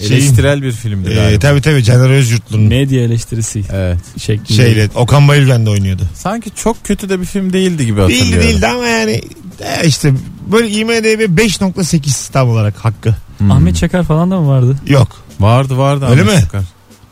S2: Şeyin-
S4: Eleştirel bir filmdi
S2: Ee,
S4: galiba.
S2: tabii tabii Caner Özyurtlu'nun
S3: Medya eleştirisi
S4: Evet.
S3: şeklinde.
S2: şeyle Okan Bayülgen de oynuyordu.
S4: Sanki çok kötü de bir film değildi gibi hatırlıyorum.
S2: Değildi değildi ama yani e, işte böyle IMDB 5.8 tam olarak hakkı.
S4: Hmm.
S3: Ahmet Çakar falan da mı vardı?
S2: Yok.
S4: Vardı vardı
S2: Öyle
S4: Ahmet
S2: mi?
S4: Çakar.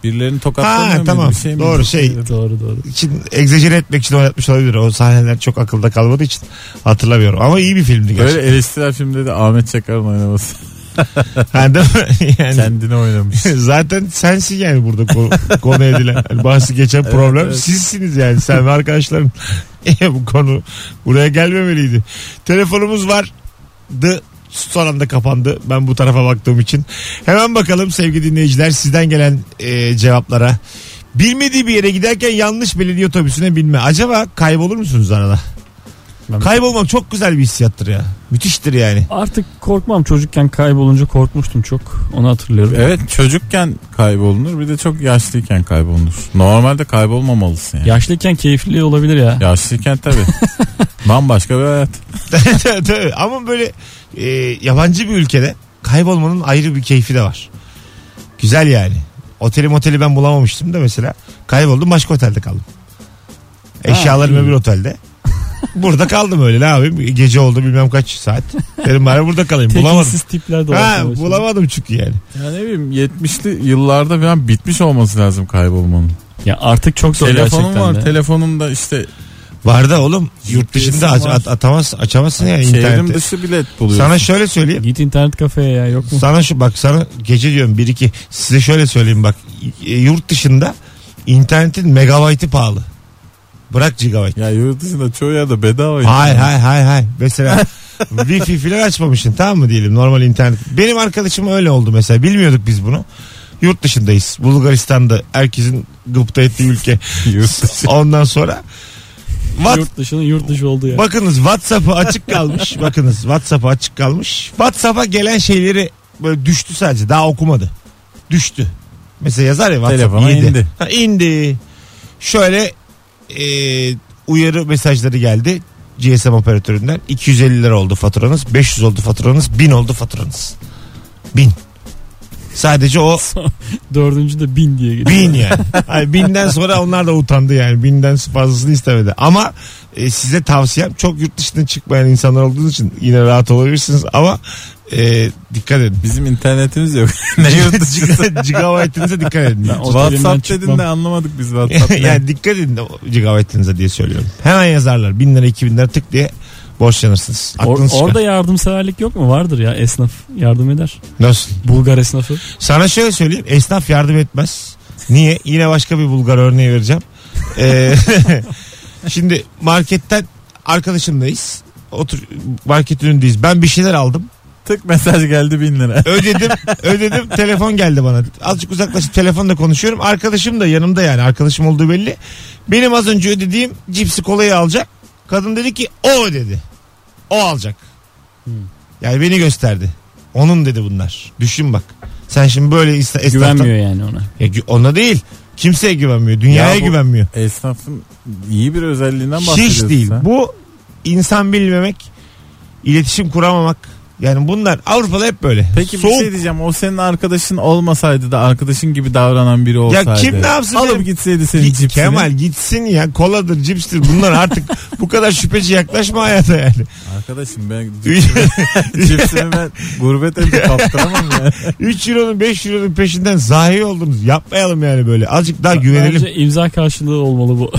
S4: Birilerini tokatlamıyor
S2: Ha
S4: muydu?
S2: tamam.
S4: Bir şey miydi?
S2: Doğru şey.
S3: Doğru doğru.
S2: için egzajere etmek için oynatmış olabilir. O sahneler çok akılda kalmadığı için hatırlamıyorum. Ama iyi bir filmdi gerçekten.
S4: Böyle eleştirel filmde de Ahmet Çakar'ın oynaması.
S2: *laughs* Ha, değil mi? *laughs* Yani-
S4: Kendini oynamış.
S2: *laughs* Zaten sensin yani burada
S4: *laughs*
S2: ko- konu edilen. Hani bahsi geçen problem
S4: evet.
S2: sizsiniz yani. Sen ve arkadaşların. *laughs* Bu konu buraya gelmemeliydi. Telefonumuz vardı. Son anda kapandı. Ben bu tarafa baktığım için. Hemen bakalım sevgili dinleyiciler sizden gelen e, cevaplara. Bilmediği bir yere giderken yanlış belediye otobüsüne binme. Acaba kaybolur musunuz arada?
S3: Ben-
S2: Kaybolmak çok güzel bir hissiyattır ya. Müthiştir yani.
S3: Artık korkmam. Çocukken kaybolunca korkmuştum çok. Onu hatırlıyorum.
S4: *laughs* Evet çocukken kaybolunur bir de çok yaşlıyken kaybolunur. Normalde kaybolmamalısın yani.
S3: Yaşlıyken keyifli olabilir ya. *laughs*
S4: Yaşlıyken tabii. Bambaşka bir hayat.
S2: *laughs* Tabii, tabii. Ama böyle e, yabancı bir ülkede kaybolmanın ayrı bir keyfi de var. Güzel yani. Oteli moteli ben bulamamıştım da mesela. Kayboldum başka otelde kaldım. Eşyalarım
S3: iyi.
S2: öbür otelde. *laughs* Burada kaldım öyle ne yapayım. Gece oldu bilmem kaç saat. Dedim bari burada kalayım. Bulamadım.
S3: Tekinsiz tipler de
S2: Ha, bulamadım çünkü yani.
S4: Ya ne bileyim 70'li yıllarda falan bitmiş olması lazım kaybolmanın.
S3: Ya artık çok zor
S4: Telefonum
S3: gerçekten
S4: var.
S3: de.
S4: Telefonumda işte
S2: Var da oğlum yurt
S4: GPS'im
S2: dışında aç,
S4: var.
S2: at- atamaz, açamazsın yani
S4: şehrim
S2: internette.
S4: dışı bilet buluyorsun.
S2: Sana şöyle söyleyeyim.
S3: Git internet kafeye ya yok mu?
S2: Sana şu bak sana gece diyorum bir iki size şöyle söyleyeyim bak y- yurt dışında internetin megabaytı pahalı. Bırak gigabayt.
S4: Ya yurt dışında çoğu yerde bedava.
S2: Hayır hayır hayır hayır.
S4: *laughs*
S2: Mesela wifi filan açmamışsın tamam mı diyelim normal internet. Benim arkadaşım öyle oldu mesela bilmiyorduk biz bunu. Yurt dışındayız. Bulgaristan'da herkesin gıpta ettiği ülke.
S3: *laughs*
S4: Yurt dışı.
S2: Ondan sonra What,
S3: Yurt dışının yurt dışı oldu ya.
S2: Bakınız WhatsApp'ı açık
S4: *laughs*
S2: kalmış. Bakınız WhatsApp'ı açık kalmış. WhatsApp'a gelen şeyleri böyle düştü sadece. Daha okumadı. Düştü. Mesela yazar ya WhatsApp
S4: Telefona
S2: yedi.
S4: indi.
S2: Ha, indi. Şöyle e, uyarı mesajları geldi. GSM operatöründen 250 lira oldu faturanız, 500 oldu faturanız, 1000 oldu faturanız. 1000. Sadece o
S3: Dördüncü de bin diye geliyor.
S2: bin yani. Ay, binden sonra onlar da utandı yani. Binden fazlasını istemedi. Ama e, size tavsiyem çok yurt dışına çıkmayan insanlar olduğunuz için yine rahat olabilirsiniz ama e, dikkat edin.
S4: Bizim internetimiz yok. *laughs* ne
S2: *laughs*
S4: yurt dışı?
S2: Gigabyte'inize dikkat edin.
S3: Ben o-
S4: WhatsApp
S3: çıkmam.
S4: dedin de
S3: *laughs*
S4: anlamadık biz
S2: *laughs*
S4: WhatsApp.
S2: yani dikkat edin o gigabyte'inize diye söylüyorum. Hemen yazarlar. Bin lira iki bin lira tık diye borçlanırsınız.
S3: Or-
S2: Aklınız çıkar.
S3: orada yardımseverlik yok mu? Vardır ya esnaf yardım eder.
S2: Nasıl?
S3: Bulgar esnafı.
S2: Sana şöyle söyleyeyim. Esnaf yardım etmez. Niye? Yine başka bir Bulgar örneği vereceğim. Ee, *laughs* şimdi marketten arkadaşımdayız. Otur marketin önündeyiz. Ben bir şeyler aldım.
S4: Tık mesaj geldi bin lira.
S2: Ödedim. ödedim. Telefon geldi bana. Azıcık uzaklaşıp telefonla konuşuyorum. Arkadaşım da yanımda yani. Arkadaşım olduğu belli. Benim az önce ödediğim cipsi kolayı alacak. Kadın dedi ki o ödedi. O alacak. Yani beni gösterdi. Onun dedi bunlar. Düşün bak. Sen şimdi böyle ista- esnaftan
S3: Güvenmiyor yani ona.
S2: ya, gü- ona değil. Kimseye güvenmiyor. Dünyaya
S4: Ya bu-
S2: güvenmiyor.
S4: Esnafın iyi bir özelliğinden bahsediyorsun.
S2: Hiç değil.
S4: sen.
S2: Bu insan bilmemek, iletişim kuramamak. Yani bunlar Avrupa'da hep böyle.
S4: Peki bir
S2: Soğuk.
S4: şey diyeceğim. O senin arkadaşın olmasaydı da arkadaşın gibi davranan biri olsaydı.
S2: kim ne yapsın
S4: Alıp
S2: benim-
S4: gitseydi senin
S2: Git-
S4: cipsini.
S2: Kemal gitsin ya. Koladır, cipstir. Bunlar artık bu kadar şüpheci yaklaşma hayata yani.
S4: Arkadaşım ben *laughs* cipsimi, cipsimi ben gurbet *laughs* evde kaptıramam yani.
S2: 3 euronun 5 euronun peşinden zahi oldunuz. Yapmayalım yani böyle. Azıcık daha güvenelim.
S3: Bence imza karşılığı olmalı bu.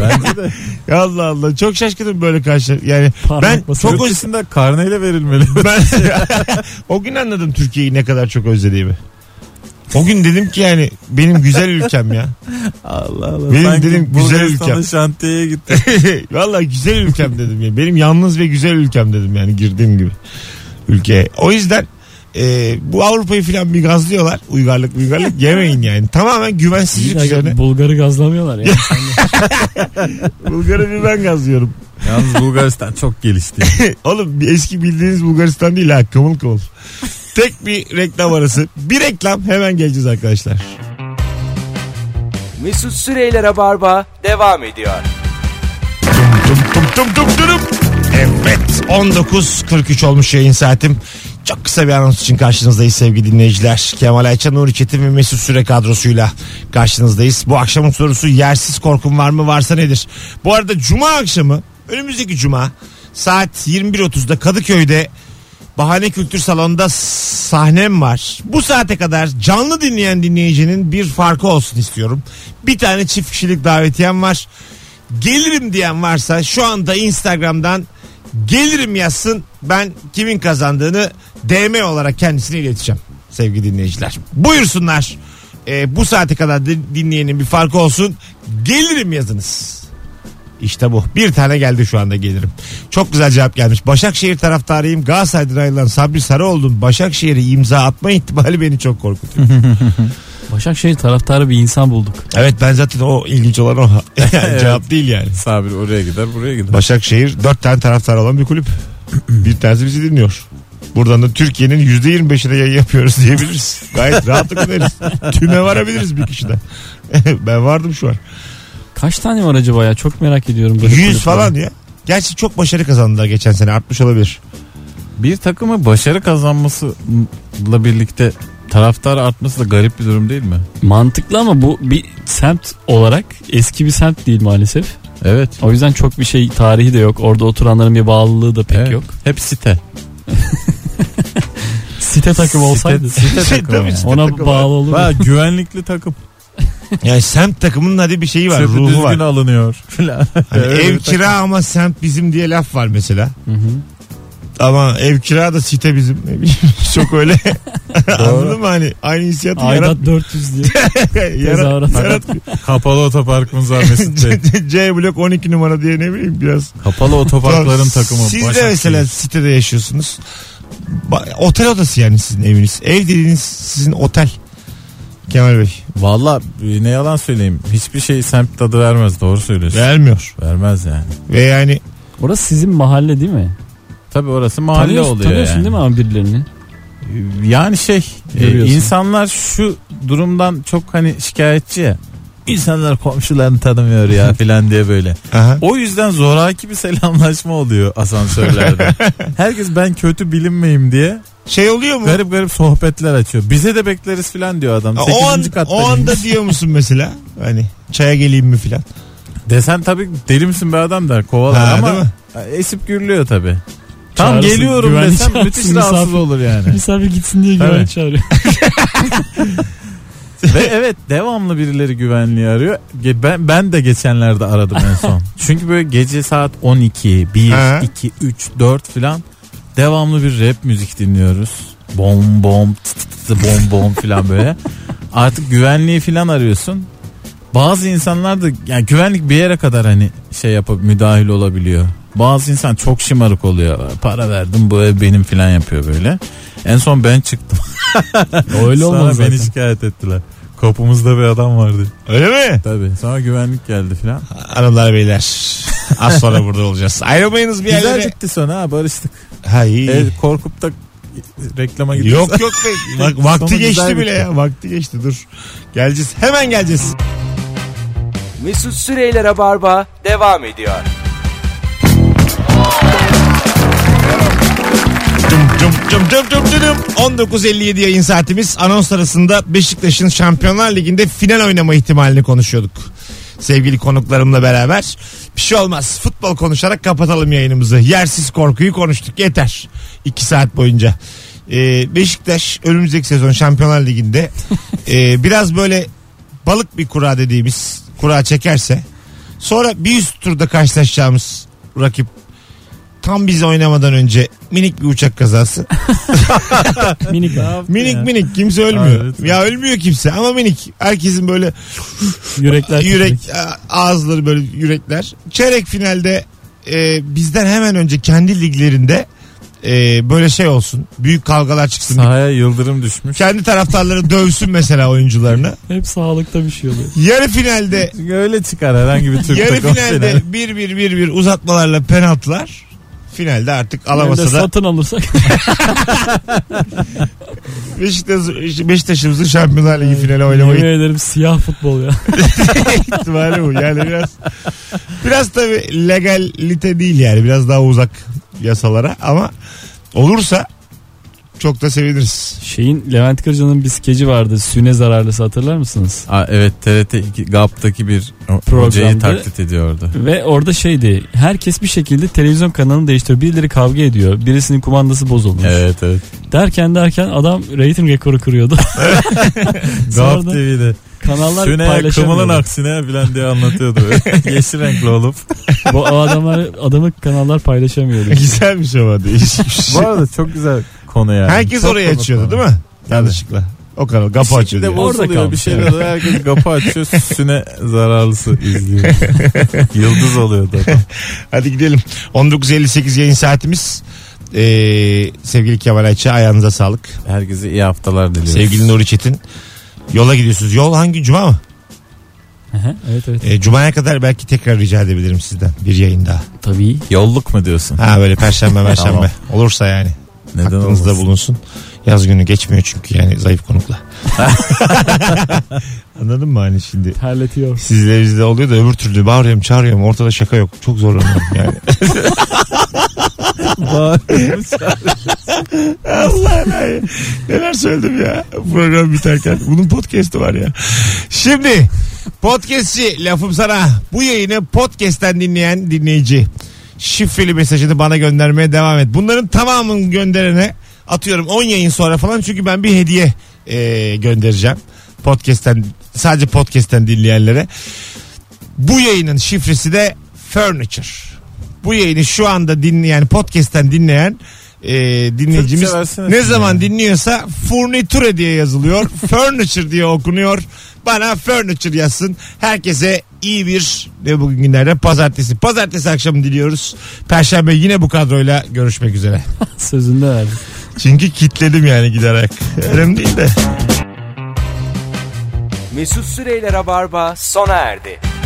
S4: Bence de.
S2: Allah Allah. Çok şaşkınım böyle karşı. Yani ben
S3: *laughs* Parmak basıyor.
S2: çok
S4: Çok
S2: öz-
S4: dışında karneyle *laughs* verilmeli.
S2: Ben *laughs* o gün anladım Türkiye'yi ne kadar çok özlediğimi. O gün dedim ki yani benim güzel ülkem ya.
S4: Allah Allah.
S2: Benim
S4: Sanki
S2: dedim güzel
S4: Bulgaristan'da
S2: ülkem.
S4: şantiyeye gitti.
S2: *laughs* Vallahi güzel ülkem dedim ya. Benim yalnız ve güzel ülkem dedim yani girdiğim gibi ülkeye. O yüzden e, bu Avrupa'yı falan bir gazlıyorlar. Uygarlık uygarlık yemeyin yani. Tamamen güvensizlik üzerine.
S3: Bulgar'ı
S2: *laughs*
S3: gazlamıyorlar ya.
S2: Bulgar'ı bir ben gazlıyorum. E,
S4: Yalnız Bulgaristan çok gelişti.
S2: Oğlum bir eski bildiğiniz Bulgaristan değil ha. Kımıl kımıl. Tek bir reklam arası. Bir reklam hemen geleceğiz arkadaşlar.
S1: Mesut Süreyler'e barba devam ediyor.
S2: Tum tum tum tum durum. Evet 19.43 olmuş yayın saatim. Çok kısa bir anons için karşınızdayız sevgili dinleyiciler. Kemal Ayça, Nuri Çetin ve Mesut Süre kadrosuyla karşınızdayız. Bu akşamın sorusu yersiz korkum var mı varsa nedir? Bu arada cuma akşamı önümüzdeki cuma saat 21.30'da Kadıköy'de Bahane Kültür Salonu'nda sahnem var. Bu saate kadar canlı dinleyen dinleyicinin bir farkı olsun istiyorum. Bir tane çift kişilik davetiyem var. Gelirim diyen varsa şu anda Instagram'dan gelirim yazsın. Ben kimin kazandığını DM olarak kendisine ileteceğim sevgili dinleyiciler. Buyursunlar. Ee, bu saate kadar din- dinleyenin bir farkı olsun. Gelirim yazınız. İşte bu. Bir tane geldi şu anda gelirim. Çok güzel cevap gelmiş. Başakşehir taraftarıyım. Galatasaray'dan ayrılan Sabri Sarıoğlu'nun Başakşehir'e imza atma ihtimali beni çok korkutuyor.
S3: Başakşehir taraftarı bir insan bulduk.
S2: evet ben zaten o ilginç olan *laughs* o. Yani cevap değil yani.
S4: Sabir oraya gider buraya gider.
S2: Başakşehir dört tane taraftar olan bir kulüp. bir tanesi bizi dinliyor. Buradan da Türkiye'nin yüzde yirmi beşine yayın yapıyoruz diyebiliriz. Gayet rahatlık ederiz. Tüme varabiliriz bir kişiden. *laughs* ben vardım şu an.
S3: Kaç tane var acaba ya? Çok merak ediyorum. böyle
S2: 100
S3: kulüpler.
S2: falan ya. Gerçi çok başarı kazandılar geçen sene. Artmış olabilir.
S4: Bir takımı başarı kazanmasıyla birlikte taraftar artması da garip bir durum değil mi?
S3: Mantıklı ama bu bir semt olarak eski bir semt değil maalesef.
S4: Evet.
S3: O yüzden çok bir şey tarihi de yok. Orada oturanların bir bağlılığı da pek
S4: Evet.
S3: yok.
S4: Hep site.
S3: Site takım olsaydı
S4: Site, site
S2: Şey,
S4: takımı.
S2: tabii site
S3: ona
S2: takımı.
S3: bağlı olur.
S4: *laughs* Baya güvenlikli takım.
S2: Yani semt takımının hadi bir şeyi var.
S4: Çöpü
S2: ruhu
S4: düzgün
S2: var.
S4: alınıyor filan.
S2: Hani
S4: *laughs* Öyle
S2: ev
S4: bir takım.
S2: kira ama semt bizim diye laf var mesela.
S3: Hı hı.
S2: Ama ev kira da site bizim. Ne bileyim, *laughs* Çok öyle. Anladın mı hani? Aynı hissiyatı yarat,
S3: Aidat 400 diye.
S2: *laughs* yarat,
S3: Tezahürat.
S2: yarat.
S4: Kapalı otoparkımız var
S2: *laughs*
S4: Mesut Bey.
S2: C blok 12 numara diye ne bileyim biraz.
S4: Kapalı otoparkların
S2: Tamam,
S4: takımı.
S2: Siz de
S4: Başakşehir.
S2: mesela sitede yaşıyorsunuz. Ba- otel odası yani sizin eviniz. Ev dediğiniz sizin otel. Kemal Bey.
S4: Valla e, ne yalan söyleyeyim. Hiçbir şey semt tadı vermez. Doğru söylüyorsun.
S2: Vermiyor.
S4: Vermez yani.
S2: Ve yani
S3: Orası sizin mahalle değil mi?
S4: Tabi orası mahalle
S3: tanıyorsun,
S4: oluyor
S3: tanıyorsun
S4: yani.
S3: değil mi ama birilerini?
S4: Yani şey e,
S3: Görüyorsun.
S4: insanlar şu durumdan çok hani şikayetçi ya. İnsanlar komşularını
S2: *laughs*
S4: tanımıyor ya filan diye böyle.
S2: aha.
S4: O
S2: *laughs*
S4: yüzden zoraki bir selamlaşma oluyor asansörlerde. Herkes ben kötü bilinmeyeyim diye
S2: Şey oluyor mu?
S4: Garip garip sohbetler açıyor. Bize de bekleriz filan diyor adam.
S2: Ha,
S4: Sekizinci
S2: o, an,
S4: katta.
S2: o anda diyor musun mesela? Hani çaya geleyim mi filan?
S4: Desen tabii deli misin be adam der kovalar
S2: Ha, değil
S4: ama
S2: mi?
S4: esip gürlüyor tabii. Tam
S3: Çağırsın,
S4: geliyorum
S3: güvenlik
S4: desem
S3: çağırsın,
S4: müthiş
S3: misafir.
S4: rahatsız
S2: *laughs*
S4: olur yani.
S3: Misafir gitsin diye
S4: Tabii.
S3: güvenlik çağırıyor.
S4: Ve evet devamlı birileri güvenliği arıyor. Ge- Ben ben de geçenlerde aradım en
S2: *laughs*
S4: son. Çünkü böyle gece saat 12, 1,
S2: Ha.
S4: 2, 3, 4 filan devamlı bir rap müzik dinliyoruz. Bom bom tı tı tı tı bom bom filan böyle. Artık güvenliği filan arıyorsun. Bazı insanlar da yani güvenlik bir yere kadar hani şey yapıp müdahil olabiliyor. Bazı insan çok şımarık oluyor. Para verdim bu ev benim filan yapıyor böyle. En son
S2: *laughs*
S4: ben çıktım.
S3: Öyle
S4: Sonra
S3: olmaz zaten.
S4: beni şikayet ettiler. Kapımızda bir adam vardı.
S2: Öyle mi?
S4: Tabii. Sonra güvenlik geldi filan.
S2: Hanımlar beyler. Az
S4: *laughs*
S2: sonra burada olacağız. Ayrılmayınız bir
S4: Güzel
S2: yerlere.
S4: gitti sonra ha, barıştık.
S2: Ha iyi.
S4: E, korkup da reklama gitti.
S2: Yok yok
S4: *laughs*
S2: be. Vak-
S4: Sonu
S2: vakti
S4: güzel şey.
S2: geçti
S4: bitti.
S2: bile ya. Vakti geçti dur. Geleceğiz. Hemen geleceğiz.
S1: Mesut Süreyler'e barba devam ediyor.
S2: Cum cum cum cum cum cum cum. 19.57 yayın saatimiz. Anons arasında Beşiktaş'ın Şampiyonlar Ligi'nde final oynama ihtimalini konuşuyorduk. Sevgili konuklarımla beraber. Bir şey olmaz. Futbol konuşarak kapatalım yayınımızı. Yersiz korkuyu konuştuk. Yeter. 2 saat boyunca. Ee, Beşiktaş önümüzdeki sezon Şampiyonlar Ligi'nde e, biraz böyle balık bir kura dediğimiz kura çekerse sonra bir üst turda karşılaşacağımız rakip tam biz oynamadan önce minik bir uçak kazası.
S3: Minik.
S4: Ne yaptı
S2: Minik
S4: ya?
S2: minik kimse ölmüyor.
S4: Evet.
S2: Ya ölmüyor kimse ama minik. Herkesin böyle
S3: *laughs* Yürekler
S2: yürek a- ağızları böyle yürekler. Çeyrek finalde e, bizden hemen önce kendi liglerinde e, böyle şey olsun. Büyük kavgalar çıksın.
S4: Sahaya yıldırım düşmüş.
S2: Kendi taraftarları dövsün mesela oyuncularını.
S3: Hep sağlıkta bir şey oluyor.
S2: Yarı finalde
S4: Çünkü öyle çıkar herhangi bir Türk
S2: yarı
S4: takım
S2: finalde
S4: finali.
S2: 1-1-1-1 uzatmalarla penaltılar. Finalde artık
S3: Hem de
S2: alamasa da *laughs*
S3: satın alırsak.
S2: Beşiktaş, Beşiktaş'ımızın Şampiyonlar Ligi finali oynamayı
S3: *laughs* Yemin ederim siyah futbol ya.
S2: ihtimali bu. Yani biraz biraz tabii legalite değil yani. Biraz daha uzak yasalara ama olursa çok da seviniriz.
S3: Şeyin Levent Kırca'nın bir skeci vardı. Süne zararlısı hatırlar mısınız?
S4: Aa, evet TRT 2 GAP'taki bir ho-
S3: Programda-
S4: hocayı
S3: *laughs*
S4: taklit ediyordu.
S3: Ve orada şeydi. Herkes bir şekilde televizyon kanalını değiştiriyor. Birileri kavga ediyor. Birisinin kumandası bozulmuş.
S4: Evet evet.
S3: Derken derken adam reyting rekoru kırıyordu.
S2: *laughs*
S3: *laughs*
S4: GAP
S3: Sonra da
S4: TV'de.
S3: kanallar
S4: Süne kımılın
S3: paylaşamıyordu.
S4: aksine filan
S3: *laughs*
S4: diye anlatıyordu. *laughs* böyle. Yeşil renkli olup.
S3: Bu adamlar adamı kanallar paylaşamıyordu.
S2: Güzelmiş ama değişmiş.
S4: *laughs* Bu arada çok güzel konu yani.
S2: Herkes
S4: Çok
S2: orayı
S4: komik
S2: açıyordu
S4: konu.
S2: değil mi? Yanlışlıkla. O kanal kapı açıyor
S4: Bir de
S2: diye.
S3: Orada
S4: bozuluyor bir
S3: kalmış,
S4: şeyler oluyor. Herkes kapı açıyor süsüne zararlısı izliyor. *laughs* Yıldız oluyor da.
S2: Hadi gidelim. 19.58 yayın saatimiz. Ee, sevgili Kemal Ayça ayağınıza sağlık.
S4: Herkese iyi haftalar diliyoruz.
S2: Sevgili Nuri Çetin. Yola gidiyorsunuz. Yol hangi gün? Cuma mı?
S3: Aha, evet evet.
S2: Ee, Cuma'ya kadar belki tekrar rica edebilirim sizden bir yayın daha.
S3: Tabii.
S4: Yolluk mu diyorsun?
S2: Ha böyle
S4: *laughs*
S2: perşembe perşembe.
S4: Tamam.
S2: Olursa yani.
S4: Neden
S2: aklınızda
S4: olmasın?
S2: bulunsun. Yaz günü geçmiyor çünkü yani zayıf
S4: *laughs*
S2: konukla. Anladın mı hani şimdi?
S3: Terletiyor.
S2: Sizle bizde oluyor da öbür türlü bağırıyorum çağırıyorum ortada şaka yok. Çok zorlanıyorum yani. Allah Allah. Neler söyledim ya program biterken. Bunun podcast'ı var ya. Şimdi podcastçi lafım sana. Bu yayını podcast'ten dinleyen dinleyici. Şifreli mesajını bana göndermeye devam et. Bunların tamamını gönderene atıyorum 10 yayın sonra falan çünkü ben bir hediye e, göndereceğim. Podcast'ten sadece podcast'ten dinleyenlere. Bu yayının şifresi de furniture. Bu yayını şu anda dinleyen podcast'ten dinleyen e, dinleyicimiz
S4: Türkçe versene
S2: ne
S4: şunu
S2: zaman
S4: ya.
S2: dinliyorsa furniture diye yazılıyor. *laughs* furniture diye okunuyor. Bana furniture yazsın. Herkese iyi bir ve bugün günlerde pazartesi. Pazartesi akşamı diliyoruz. Perşembe yine bu kadroyla görüşmek üzere.
S3: *laughs* Sözünde verdi.
S2: Çünkü kitledim yani giderek. Önemli değil de.
S1: Mesut Süreyler'e barba sona erdi.